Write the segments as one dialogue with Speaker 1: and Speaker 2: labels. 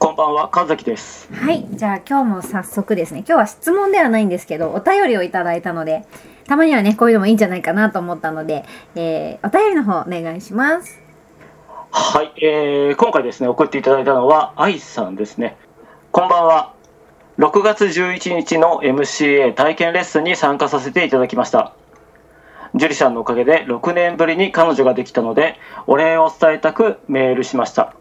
Speaker 1: こんばんは、神崎です。
Speaker 2: はい、じゃあ今日も早速ですね、今日は質問ではないんですけど、お便りをいただいたので、たまにはね、こういうのもいいんじゃないかなと思ったので、えー、お便りの方お願いします。
Speaker 1: はい、えー今回ですね、送っていただいたのは、愛さんですね。こんばんは。6月11日の MCA 体験レッスンに参加させていただきました。樹里さんのおかげで6年ぶりに彼女ができたので、お礼を伝えたくメールしました。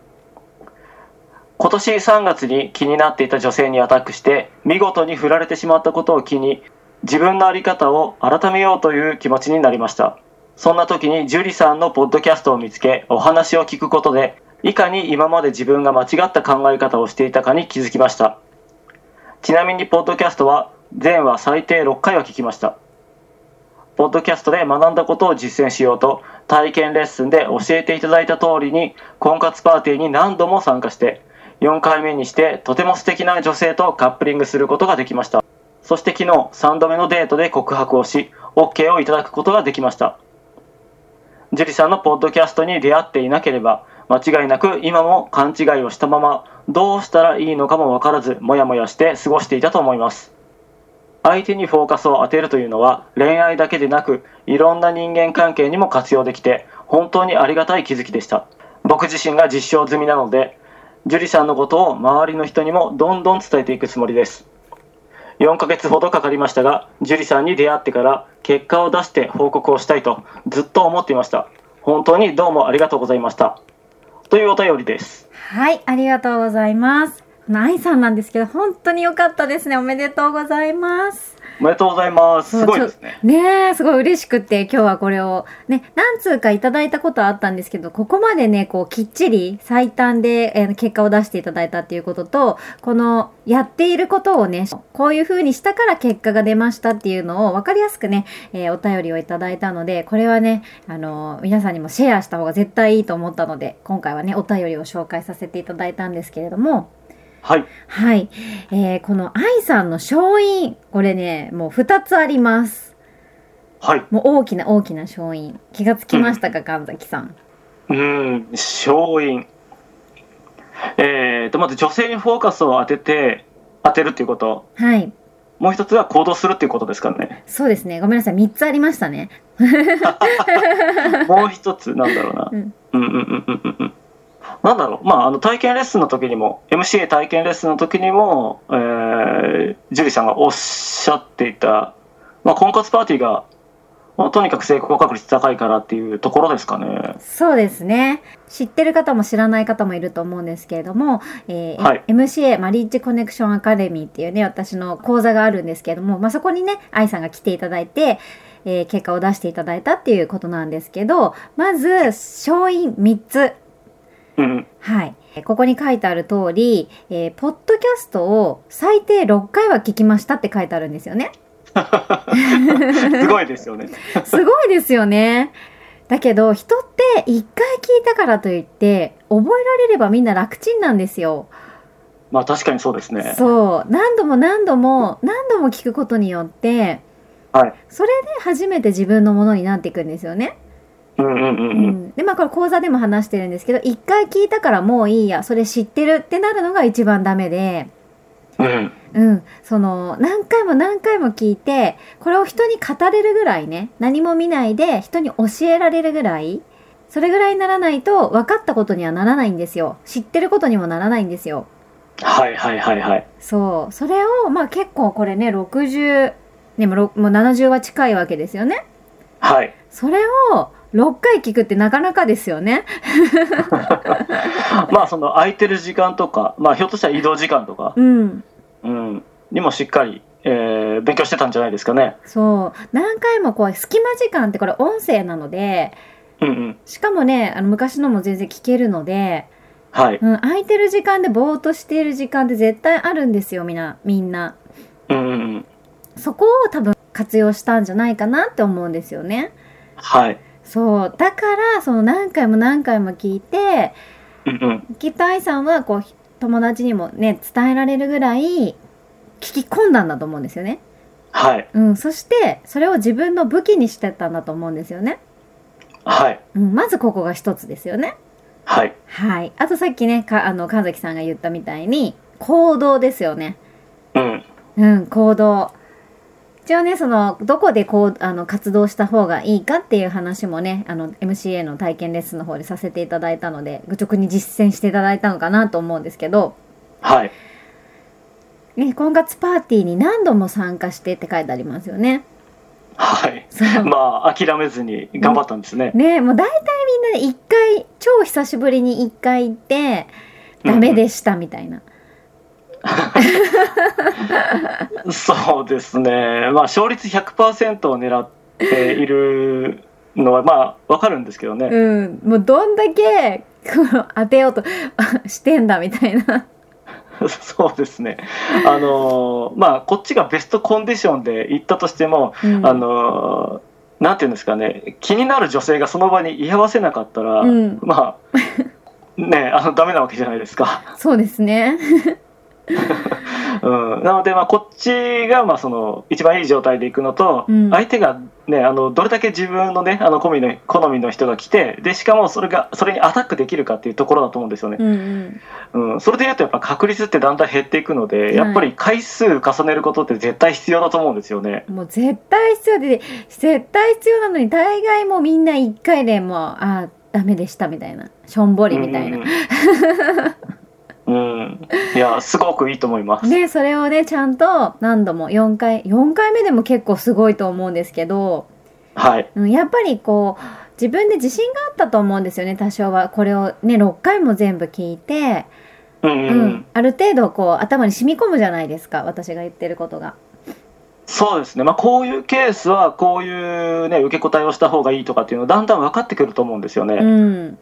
Speaker 1: 今年3月に気になっていた女性にアタックして、見事に振られてしまったことを機に、自分のあり方を改めようという気持ちになりました。そんな時にジュリさんのポッドキャストを見つけ、お話を聞くことで、いかに今まで自分が間違った考え方をしていたかに気づきました。ちなみにポッドキャストは、前は最低6回は聞きました。ポッドキャストで学んだことを実践しようと、体験レッスンで教えていただいた通りに、婚活パーティーに何度も参加して、4回目にしてとても素敵な女性とカップリングすることができました。そして昨日3度目のデートで告白をし、OK をいただくことができました。ジュリさんのポッドキャストに出会っていなければ、間違いなく今も勘違いをしたまま、どうしたらいいのかもわからず、もやもやして過ごしていたと思います。相手にフォーカスを当てるというのは、恋愛だけでなく、いろんな人間関係にも活用できて、本当にありがたい気づきでした。僕自身が実証済みなので、ジュリさんのことを周りの人にもどんどん伝えていくつもりです。4ヶ月ほどかかりましたが、ジュリさんに出会ってから結果を出して報告をしたいとずっと思っていました。本当にどうもありがとうございました。というお便りです。
Speaker 2: はい、ありがとうございます。この愛さんなんですけど、本当に良かったですね。おめでとうございます。
Speaker 1: おめでとうございます。すごいですね。
Speaker 2: ねえ、すごい嬉しくって、今日はこれを、ね、何通かいただいたことはあったんですけど、ここまでね、こう、きっちり最短で、えー結果を出していただいたっていうことと、この、やっていることをね、こういう風にしたから結果が出ましたっていうのを分かりやすくね、えーお便りをいただいたので、これはね、あのー皆さんにもシェアした方が絶対いいと思ったので、今回はね、お便りを紹介させていただいたんですけれども、
Speaker 1: はい。
Speaker 2: はい。えーこの愛さんの勝因、これね、もう2つあります。
Speaker 1: はい。
Speaker 2: もう大きな大きな勝因気がつきましたか神崎さん
Speaker 1: うーん、勝因。えーと、まず女性にフォーカスを当てて、当てるっていうこと。
Speaker 2: はい
Speaker 1: もう一つは行動するっていうことですからね。
Speaker 2: そうですねごめんなさい3つありましたね
Speaker 1: もう一つ、なんだろうな。
Speaker 2: うん
Speaker 1: うんうんうんうんうんうん。なんだろう、まあ、あの体験レッスンの時にも、MCA 体験レッスンの時にも、えー、ジュリさんがおっしゃっていた、まあ、婚活パーティーが、まあ、とにかく成功確率高いからっていうところですかね。
Speaker 2: そうですね知ってる方も知らない方もいると思うんですけれども、えー
Speaker 1: はい
Speaker 2: MCA マリッジコネクションアカデミーっていうね私の講座があるんですけれども、まあ、そこにね愛さんが来ていただいて、えー結果を出していただいたっていうことなんですけどまず勝因3つ
Speaker 1: うん。
Speaker 2: はい。ここに書いてある通り、えーポッドキャストを最低6回は聞きましたって書いてあるんですよね。
Speaker 1: すごいですよね。
Speaker 2: すごいですよね。だけど、人って1回聞いたからといって、覚えられればみんな楽ちんなんですよ。
Speaker 1: まあ、確かにそうですね。
Speaker 2: そう。何度も何度も、何度も聞くことによって、
Speaker 1: はい
Speaker 3: それで初めて自分のものになっていくんですよね。
Speaker 1: うんうんう
Speaker 3: うん
Speaker 1: うん。
Speaker 3: ん、でまあこれ講座でも話してるんですけど一回聞いたからもういいやそれ知ってるってなるのが一番ダメで。
Speaker 1: うん。
Speaker 3: うん、その何回も何回も聞いてこれを人に語れるぐらいね何も見ないで人に教えられるぐらいそれぐらいにならないと分かったことにはならないんですよ知ってることにもならないんですよ
Speaker 1: はいはいはいはい。
Speaker 3: そうそれをまあ結構これね60でもろもう70は近いわけですよね
Speaker 1: はい。
Speaker 3: それを6回聞くってなかなかですよね
Speaker 1: まあその空いてる時間とか、まあひょっとしたら移動時間とか、
Speaker 3: うん
Speaker 1: うん、にもしっかり、えー勉強してたんじゃないですかね。
Speaker 3: そう何回もこう隙間時間ってこれ音声なので
Speaker 1: うんうん。
Speaker 3: しかもねあの昔のも全然聞けるので
Speaker 1: はい。
Speaker 3: うん、空いてる時間でぼーっとしている時間って絶対あるんですよみんなみんな
Speaker 1: うんうんうん。
Speaker 3: そこを多分活用したんじゃないかなって思うんですよね
Speaker 1: はい。
Speaker 3: そうだからその何回も何回も聞いて
Speaker 1: うんうん。
Speaker 3: きっと愛さんはこう友達にもね伝えられるぐらい聞き込んだんだと思うんですよね
Speaker 1: はい。
Speaker 3: うんそしてそれを自分の武器にしてったんだと思うんですよね
Speaker 1: はい。
Speaker 3: うんまずここが一つですよね
Speaker 1: はい。
Speaker 3: はいあとさっきねかあの神崎さんが言ったみたいに行動ですよね
Speaker 1: うん。
Speaker 3: うん、行動。一応ね、その、どこでこう、あの、活動した方がいいかっていう話もね、あの、MCA の体験レッスンの方でさせていただいたので、愚直に実践していただいたのかなと思うんですけど、
Speaker 1: はい。
Speaker 3: ね、婚活パーティーに何度も参加してって書いてありますよね。
Speaker 1: はい。
Speaker 3: そう。
Speaker 1: まあ諦めずに頑張ったんですね。
Speaker 3: ね、もう大体みんなで一回、超久しぶりに一回行って、ダメでしたみたいな。
Speaker 1: そうですね。まあ勝率100%を狙っているのはまあわかるんですけどね。
Speaker 3: うん、もうどんだけ、この、当てようとしてんだみたいな。
Speaker 1: そうですね。あのーまあこっちがベストコンディションで行ったとしても、
Speaker 3: うん
Speaker 1: あのーなんていうんですかね、気になる女性がその場に居合わせなかったら、
Speaker 3: うん
Speaker 1: まあねあのダメなわけじゃないですか。
Speaker 3: そうですね。
Speaker 1: うん、なのでまあこっちがまあその一番いい状態で行くのと、
Speaker 3: うん
Speaker 1: 相手がねあのどれだけ自分のねあの好みの好みの人が来てでしかもそれがそれにアタックできるかっていうところだと思うんですよね。
Speaker 3: うんうん、
Speaker 1: うん、それでいうとやっぱ確率ってだんだん減っていくので、
Speaker 3: い
Speaker 1: やっぱり回数重ねることって絶対必要だと思うんですよね。
Speaker 3: もう絶対必要で絶対必要なのに大概もうみんな一回でもうあーダメでしたみたいなしょんぼりみたいな、
Speaker 1: うんうんうん。うんいやすごくいいと思います。
Speaker 3: ねそれをねちゃんと何度も4回4回目でも結構すごいと思うんですけど、
Speaker 1: はい
Speaker 3: うん、やっぱりこう自分で自信があったと思うんですよね多少はこれをね6回も全部聞いて、
Speaker 1: うん
Speaker 3: う
Speaker 1: うんうん
Speaker 3: ある程度こう頭に染み込むじゃないですか私が言ってることが。
Speaker 1: そうですね、まあ、こういうケースはこういう、ね、受け答えをした方がいいとかっていうのだんだん分かってくると思うんですよね。
Speaker 3: うん、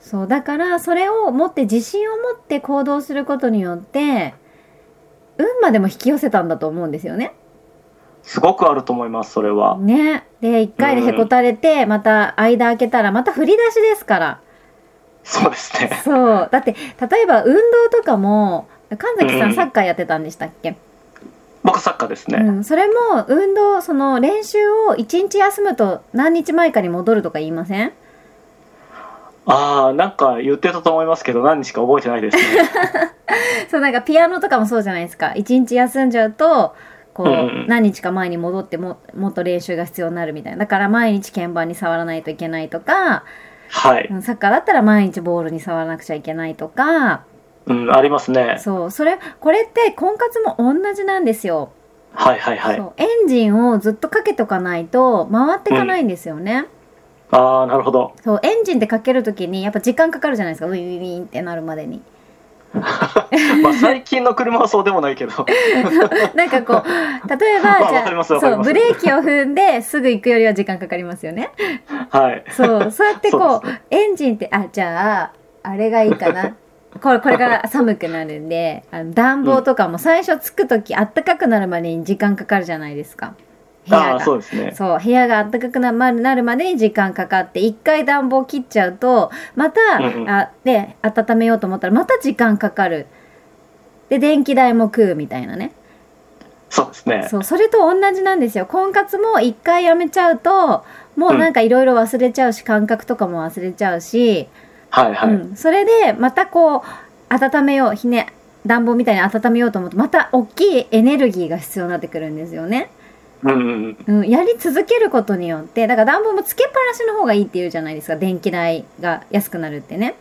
Speaker 3: そうだからそれを持って自信を持って行動することによって運までも引き寄せたんだと思うんですよね。
Speaker 1: すごくあると思いますそれは。
Speaker 3: ねで1回でへこたれて、また間開けたらまた振り出しで すから。
Speaker 1: そうですね。
Speaker 3: そうだって例えば運動とかも神崎さ
Speaker 1: うんん
Speaker 3: サッカーやってたんでしたっけ、
Speaker 1: 僕作家です
Speaker 3: う
Speaker 1: ね。
Speaker 3: ん、それも運動その練習を1日休むと何日前かに戻るとか言いません
Speaker 1: ああなんか言ってたと思いますけど何日か覚えてないですね。
Speaker 3: そうなんかピアノとかもそうじゃないですか一日休んじゃうとこう、
Speaker 1: うんうん
Speaker 3: 何日か前に戻ってももっと練習が必要になるみたいなだから毎日鍵盤に触らないといけないとか
Speaker 1: はい、
Speaker 3: うんサッカーだったら毎日ボールに触らなくちゃいけないとか
Speaker 1: うん、ありますね。
Speaker 3: そうそれこれって婚活も同じなんですよ、
Speaker 1: はいはいはい。
Speaker 3: そうエンジンをずっとかけとかないと回ってかないんですよね、
Speaker 1: ああなるほ ど。
Speaker 3: そうエンジンってかけるときにやっぱ時間かかるじゃないですかウィンウィンウィンってなるまでに
Speaker 1: まあ最近の車はそうでもないけど。
Speaker 3: なんかこう例えば、
Speaker 1: まあ
Speaker 3: じ
Speaker 1: わかり
Speaker 3: ゃあ
Speaker 1: ますわかり
Speaker 3: そう
Speaker 1: ます
Speaker 3: ブレーキを踏んですぐ行くよりは時間かかりますよね。
Speaker 1: はい。
Speaker 3: そうそうやってこう
Speaker 1: そうで
Speaker 3: エンジンってあじゃああれがいいか なこれこれから寒くなるんであの暖房とかも最初つく時あったかくなるまでに時間かかるじゃないですか部
Speaker 1: あ
Speaker 3: 屋
Speaker 1: あ
Speaker 3: が。
Speaker 1: そうですね。
Speaker 3: そう部屋が暖かくななるまでに時間かかって一回暖房切っちゃうとまた、
Speaker 1: うんうん
Speaker 3: あで温めようと思ったらまた時間かかるで電気代も食うみたいなね
Speaker 1: そうですね。
Speaker 3: そうそれと同じなんですよ婚活も一回やめちゃうともうなんかいろいろ忘れちゃうし、感覚とかも忘れちゃうし、
Speaker 1: はいはい。
Speaker 3: うん、それでまたこう温めようひね暖房みたいに温めようと思うとまた大きいエネルギーが必要になってくるんですよね、
Speaker 1: うんうん
Speaker 3: うん、やり続けることによってだから暖房もつけっぱなしの方がいいっていうじゃないですか電気代が安くなるってね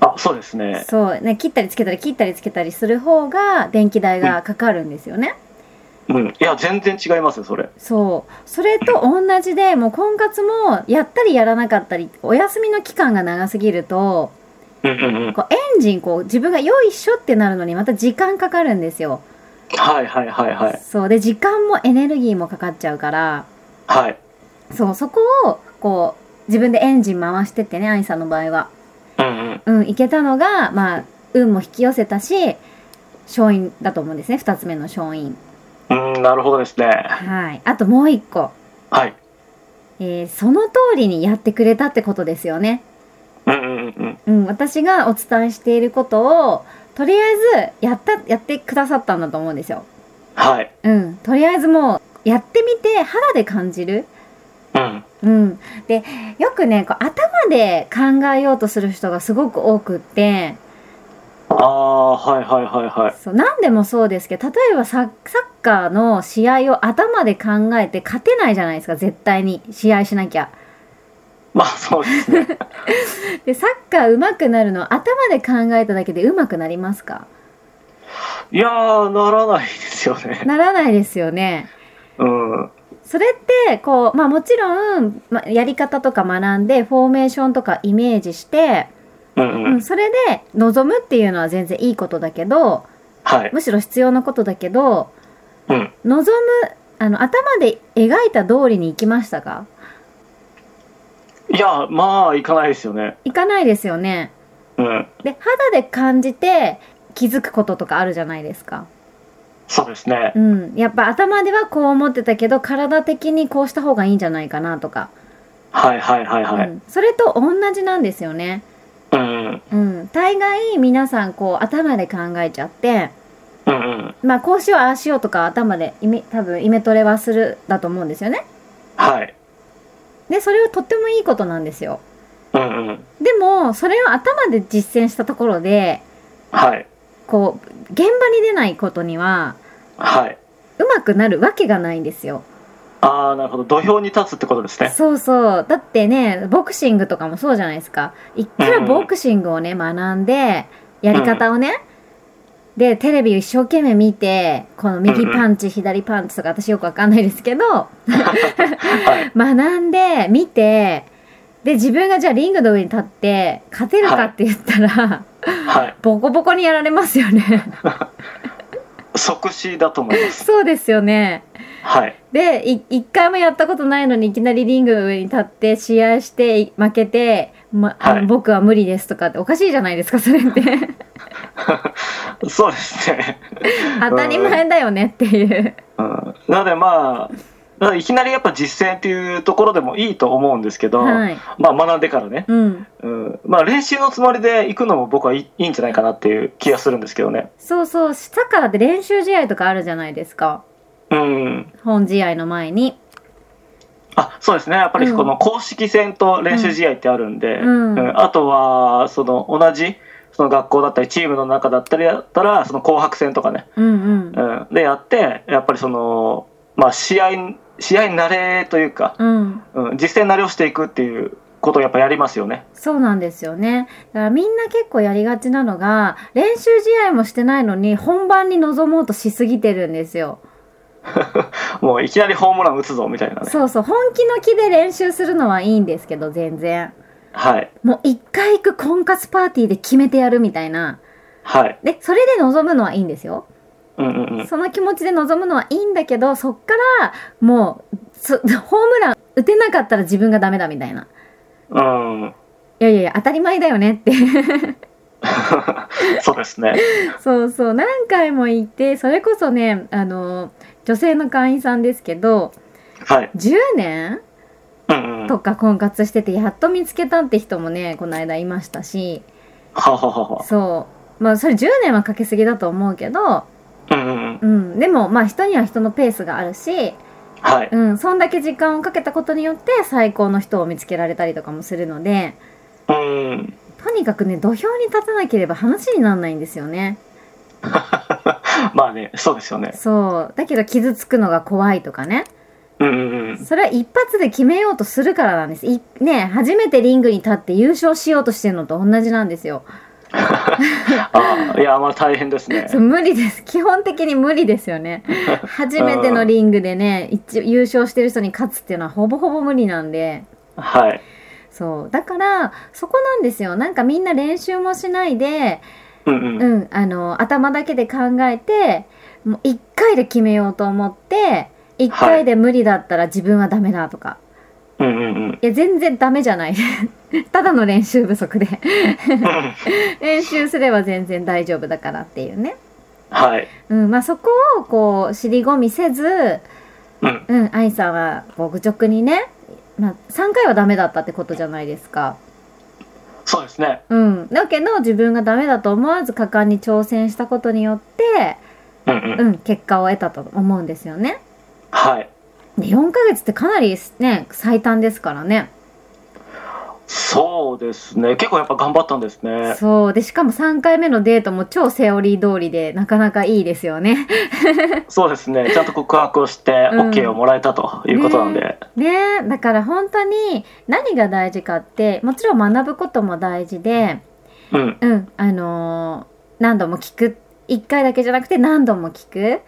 Speaker 1: あ、そうですね。
Speaker 3: そうね切ったりつけたり切ったりつけたりする方が電気代がかかるんですよね、
Speaker 1: うん。いや、全然違いますよ、それ。
Speaker 3: そうそれと同じでもう婚活もやったりやらなかったりお休みの期間が長すぎると
Speaker 1: うんうんうん。
Speaker 3: こうエンジンこう自分がよいしょってなるのにまた時間かかるんですよ、
Speaker 1: はいはいはいはい。
Speaker 3: そうで時間もエネルギーもかかっちゃうから
Speaker 1: はい。
Speaker 3: そうそこをこう自分でエンジン回してってね愛さんの場合は
Speaker 1: うんうん。
Speaker 3: うんいけたのがまあ運も引き寄せたし勝因だと思うんですね2つ目の勝因
Speaker 1: うん、なるほどですね。
Speaker 3: はいあともう一個、
Speaker 1: はい。
Speaker 3: えーその通りにやってくれたってことですよね
Speaker 1: うんうんうん
Speaker 3: うん、私がお伝えしていることをとりあえずやったやってくださったんだと思うんですよ。
Speaker 1: はい。
Speaker 3: うん、とりあえずもうやってみて肌で感じる。
Speaker 1: うん。
Speaker 3: うん、でよくねこう頭で考えようとする人がすごく多くって
Speaker 1: ああ、はいはいはいはい。
Speaker 3: そう何でもそうですけど例えばササッカーの試合を頭で考えて勝てないじゃないですか絶対に試合しなきゃ。
Speaker 1: まあそうですね。
Speaker 3: でサッカー上手くなるのは頭で考えただけで上手くなりますか
Speaker 1: いやー、ならないですよね。
Speaker 3: ならないですよね。
Speaker 1: うん。
Speaker 3: それってこう、まあ、もちろん、まあ、やり方とか学んでフォーメーションとかイメージして、
Speaker 1: うん
Speaker 3: う
Speaker 1: うん
Speaker 3: ん、。それで臨むっていうのは全然いいことだけど
Speaker 1: はい。
Speaker 3: むしろ必要なことだけど
Speaker 1: うん。
Speaker 3: 望むあの頭で描いた通りに行きましたか
Speaker 1: いや、まあ、いかないですよね。
Speaker 3: いかないですよね。
Speaker 1: うん。
Speaker 3: で肌で感じて気づくこととかあるじゃないですか。
Speaker 1: そうですね。
Speaker 3: うん。やっぱ頭ではこう思ってたけど体的にこうした方がいいんじゃないかなとか。
Speaker 1: はいはいはいはい。
Speaker 3: うん、それと同じなんですよね。
Speaker 1: うん。うん
Speaker 3: うん、大概皆さんこう頭で考えちゃって、
Speaker 1: うん。
Speaker 3: まあ、こうしようああしようとか頭でイメ多分イメトレはするだと思うんですよね。
Speaker 1: はい。
Speaker 3: でそれはとってもいいことなんですよ。
Speaker 1: うんうん。
Speaker 3: でもそれを頭で実践したところで
Speaker 1: はい。
Speaker 3: こう現場に出ないことには
Speaker 1: はい。
Speaker 3: うまくなるわけがないんですよ。
Speaker 1: ああ、なるほど。土俵に立つってことですね。
Speaker 3: そうそうだってねボクシングとかもそうじゃないですか。いくら
Speaker 1: うん
Speaker 3: ボクシングをね学んでやり方をね、でテレビを一生懸命見てこの右パンチ、左パンチとか私よくわかんないですけど
Speaker 1: はい。
Speaker 3: 学んで見てで自分がじゃあリングの上に立って勝てるかって言ったら、
Speaker 1: はい。
Speaker 3: ボコボコにやられますよね
Speaker 1: 即死だと思います。
Speaker 3: そうですよね
Speaker 1: はい。
Speaker 3: でい一回もやったことないのにいきなりリングの上に立って試合してい負けて、まあの
Speaker 1: はい
Speaker 3: 僕は無理ですとかっておかしいじゃないですかそれって
Speaker 1: そうですね。
Speaker 3: 当たり前だよねっていう
Speaker 1: うん。なのでまあ、なのでいきなりやっぱ実践っていうところでもいいと思うんですけど、
Speaker 3: はい
Speaker 1: まあ学んでからね、
Speaker 3: うん
Speaker 1: うん、まあ練習のつもりで行くのも僕はいいいいんじゃないかなっていう気がするんですけどね。
Speaker 3: そうそうサッカーだって練習試合とかあるじゃないですか
Speaker 1: うん。
Speaker 3: 本試合の前に
Speaker 1: あ、そうですね。やっぱり
Speaker 3: うん
Speaker 1: この公式戦と練習試合ってあるんで、
Speaker 3: うん
Speaker 1: うんあとは、その同じ、その学校だったり、チームの中だったりだったら、その紅白戦とかね、
Speaker 3: うんうん
Speaker 1: うん、でやって、やっぱりその、まあ試合、試合慣れというか、
Speaker 3: うん
Speaker 1: うん、実践慣れをしていくっていうことをやっぱやりますよね。
Speaker 3: そうなんですよねだからみんな結構やりがちなのが練習試合もしてないのに本番に臨もうとしすぎてるんですよ
Speaker 1: もういきなりホームラン打つぞみたいなね。
Speaker 3: そうそう本気の気で練習するのはいいんですけど全然
Speaker 1: はい。
Speaker 3: もう一回行く婚活パーティーで決めてやるみたいな
Speaker 1: はい。
Speaker 3: でそれで臨むのはいいんですよ
Speaker 1: うんうんうん。
Speaker 3: その気持ちで臨むのはいいんだけどそっからもうそ ホームラン打てなかったら自分がダメだみたいな
Speaker 1: うん。
Speaker 3: いやいやいや当たり前だよねって
Speaker 1: そうですね。
Speaker 3: そうそう何回も言ってそれこそねあの女性の会員さんですけど
Speaker 1: はい。
Speaker 3: 10年
Speaker 1: うんうん。は
Speaker 3: とか婚活しててやっと見つけたって人もねこの間いましたし
Speaker 1: はははは。
Speaker 3: そうまあそれ10年はかけすぎだと思うけど
Speaker 1: うんうんうん。うん。
Speaker 3: うん、でもまあ人には人のペースがあるし、
Speaker 1: はい。
Speaker 3: うん、そんだけ時間をかけたことによって最高の人を見つけられたりとかもするので
Speaker 1: うん。
Speaker 3: とにかくね土俵に立たなければ話にならないんですよね
Speaker 1: まあね、そうですよね。
Speaker 3: そうだけど傷つくのが怖いとかね
Speaker 1: うんうんうん。
Speaker 3: それは一発で決めようとするからなんですいね初めてリングに立って優勝しようとしてるのと同じなんですよ
Speaker 1: ああ、いや、まあ大変ですね
Speaker 3: そ。う無理です基本的に無理ですよね初めてのリングでね一優勝してる人に勝つっていうのはほぼほぼ無理なんで
Speaker 1: はい。
Speaker 3: そうだからそこなんですよなんかみんな練習もしないで、
Speaker 1: うんう。
Speaker 3: うんん、あの頭だけで考えてもう1回で決めようと思って1回で無理だったら自分はダメだとか、
Speaker 1: うんうんうん。
Speaker 3: い、や全然ダメじゃない ただの練習不足で練習すれば全然大丈夫だからっていうね、
Speaker 1: はい。
Speaker 3: うんまあ、そこをこう尻込みせず、
Speaker 1: うん。
Speaker 3: うん、愛さんはこう愚直にね、まあ、3回はダメだったってことじゃないですか。
Speaker 1: そうですね。
Speaker 3: うん、だけど自分がダメだと思わず果敢に挑戦したことによって、
Speaker 1: うんうん。
Speaker 3: うん、結果を得たと思うんですよね。
Speaker 1: はい。
Speaker 3: で4ヶ月ってかなりね最短ですからね。
Speaker 1: そうですね。結構やっぱ頑張ったんですね。
Speaker 3: そうでしかも3回目のデートも超セオリー通りでなかなかいいですよね。
Speaker 1: そうですね。ちゃんと告白をして、
Speaker 3: うん
Speaker 1: OK をもらえたということなんで。
Speaker 3: ねだから本当に何が大事かってもちろん学ぶことも大事で、
Speaker 1: うん。
Speaker 3: うんあのー何度も聞く1回だけじゃなくて何度も聞く。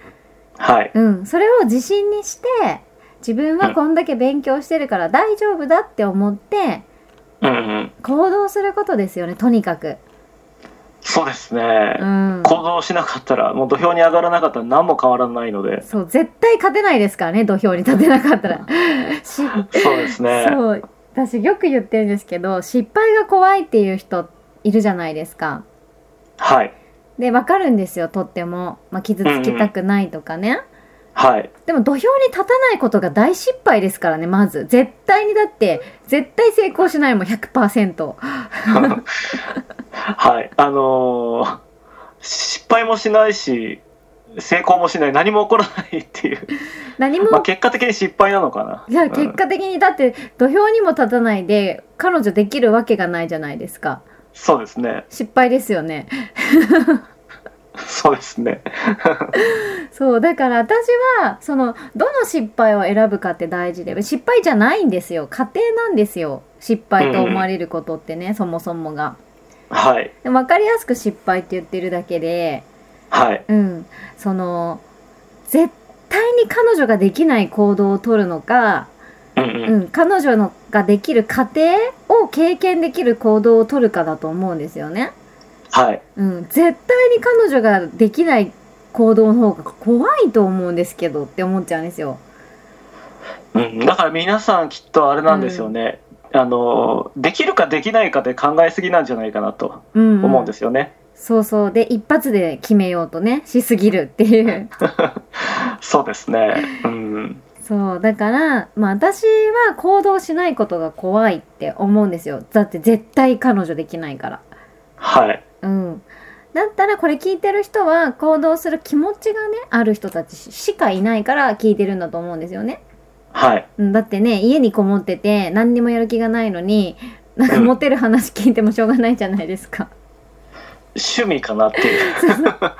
Speaker 1: はい。
Speaker 3: うん、それを自信にして自分はこんだけ勉強してるから大丈夫だって思って
Speaker 1: うんうん。
Speaker 3: 行動することですよねとにかく、
Speaker 1: そうですね
Speaker 3: う。ん、
Speaker 1: 行動しなかったら、もう土俵に上がらなかったら何も変わらないので。
Speaker 3: そう絶対勝てないですからね土俵に立てなかったら し
Speaker 1: そうですね。
Speaker 3: そう私よく言ってるんですけど失敗が怖いっていう人いるじゃないですか
Speaker 1: はい。
Speaker 3: でわかるんですよとっても、まあ、傷つきたくないとかね、
Speaker 1: はい。
Speaker 3: でも土俵に立たないことが大失敗ですからねまず絶対にだって絶対成功しないもん100%
Speaker 1: はい。あのー失敗もしないし、成功もしない、何も起こらないっていう。
Speaker 3: 何も
Speaker 1: まあ結果的に失敗なのかな。
Speaker 3: じゃ
Speaker 1: う
Speaker 3: あ
Speaker 1: ん
Speaker 3: 結果的にだって土俵にも立たないで彼女できるわけがないじゃないですか
Speaker 1: そうですね。
Speaker 3: 失敗ですよね
Speaker 1: そうですね。
Speaker 3: そうだから私はそのどの失敗を選ぶかって大事で失敗じゃないんですよ過程なんですよ失敗と思われることってね、そもそもが
Speaker 1: はい。
Speaker 3: で分かりやすく失敗って言ってるだけで
Speaker 1: はい。
Speaker 3: うんその絶対に彼女ができない行動をとるのか
Speaker 1: うんう。
Speaker 3: うんん、彼女のができる過程を経験できる行動をとるかだと思うんですよね。
Speaker 1: はい。
Speaker 3: うん、絶対に彼女ができない行動の方が怖いと思うんですけどって思っちゃうんですよ。
Speaker 1: うん。だから皆さんきっとあれなんですよね。あのーできるかできないかで考えすぎなんじゃないかなと
Speaker 3: うん、。
Speaker 1: 思うんですすよね。
Speaker 3: そうそう。で、一発で決めようとね、 しすぎるっていう。
Speaker 1: そうですね。うん。
Speaker 3: そう。だから、まあ私は行動しないことが怖いって思うんですよ。だって絶対彼女できないから。
Speaker 1: はい。
Speaker 3: うん。だったらこれ聞いてる人は行動する気持ちがね、ある人たちしかいないから聞いてるんだと思うんですよね。
Speaker 1: はい。
Speaker 3: うんだってね、家にこもってて何にもやる気がないのに、なんか
Speaker 1: うん
Speaker 3: モテる話聞いてもしょうがないじゃないですか。
Speaker 1: 趣味かなっていう。
Speaker 3: だか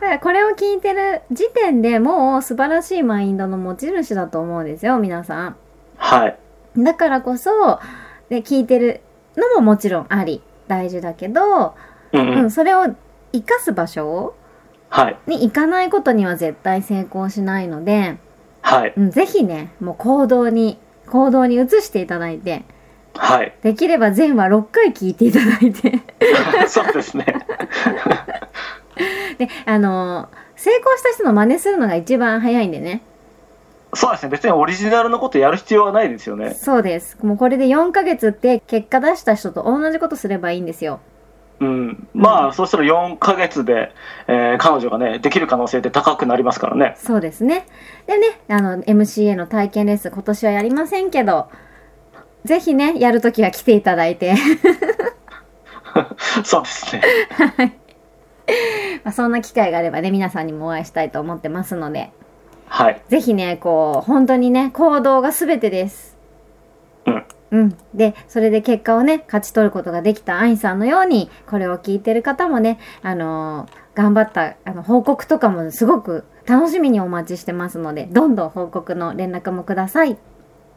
Speaker 3: らこれを聞いてる時点でもう素晴らしいマインドの持ち主だと思うんですよ、皆さ
Speaker 1: はい。
Speaker 3: ん。だからこそ、ね、聞いてるのももちろんあり、大事だけど、
Speaker 1: うん
Speaker 3: う
Speaker 1: うん
Speaker 3: ん、。それを活かす場所を
Speaker 1: はい。
Speaker 3: に行かないことには絶対成功しないので、
Speaker 1: はい。
Speaker 3: うん、ぜひね、もう行動に、行動に移していただいて、
Speaker 1: はい。
Speaker 3: できれば全話6回聞いていただいて、
Speaker 1: そうですね。
Speaker 3: で、あのー成功した人の真似するのが一番早いんでね。
Speaker 1: そうですね。別にオリジナルのことやる必要はないですよね。
Speaker 3: そうです。もうこれで4ヶ月って結果出した人と同じことすればいいんですよ。
Speaker 1: うん。まあ、そうしたら4ヶ月で、えー彼女がね、できる可能性って高くなりますからね。
Speaker 3: そうですね。でね、あの、MCA の体験レッスン今年はやりませんけど、ぜひね、やるときは来ていただいて。
Speaker 1: そうですね。
Speaker 3: まあ、そんな機会があればね、皆さんにもお会いしたいと思ってますので、
Speaker 1: はい。
Speaker 3: ぜひね、こう、本当にね、行動が全てです。
Speaker 1: うん。
Speaker 3: うん。で、それで結果をね、勝ち取ることができたアインさんのように、これを聞いてる方もね、あのー頑張った、あの、報告とかもすごく楽しみにお待ちしてますので、どんどん報告の連絡もください。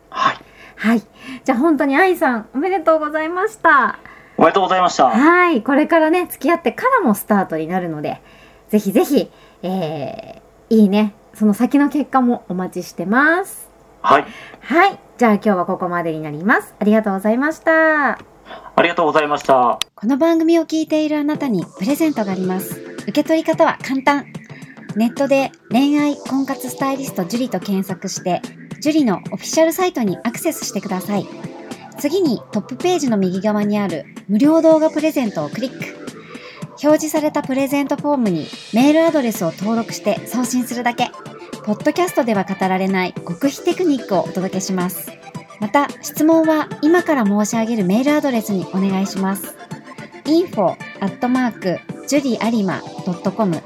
Speaker 1: はい。
Speaker 3: はい。じゃあ本当にアインさん、おめでとうございました。
Speaker 1: おめでとうございました。
Speaker 3: はい。これからね、付き合ってからもスタートになるので、ぜひぜひ、えー、いいね。その先の結果もお待ちしてます。
Speaker 1: はい。
Speaker 3: はい。じゃあ今日はここまでになります。ありがとうございまし
Speaker 1: あ
Speaker 3: た。
Speaker 1: りがとうございました。
Speaker 2: この番組を聞いているあなたにプレゼントがあります。受け取り方は簡単。ネットで恋愛婚活スタイリスト樹と検索して、樹のオフィシャルサイトにアクセスしてください。次にトップページの右側にある無料動画プレゼントをクリック。表示されたプレゼントフォームにメールアドレスを登録して送信するだけ。ポッドキャストでは語られない極秘テクニックをお届けします。また、質問は今から申し上げるメールアドレスにお願いします。info アットマーク juriarima.com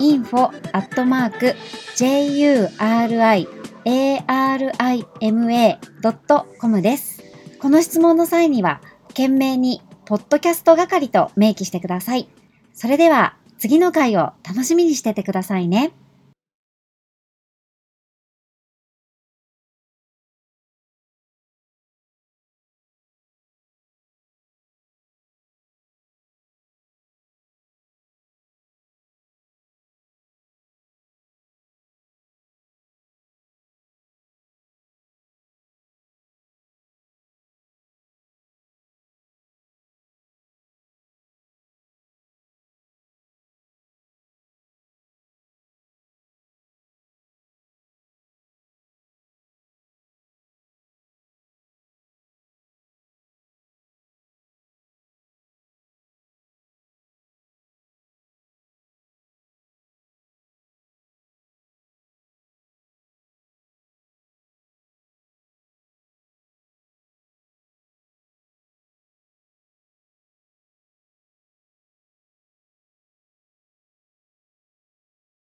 Speaker 2: info アットマーク juriarima.com です。この質問の際には、懸命に、ポッドキャスト係と明記してください。それでは、次の回を楽しみにしててくださいね。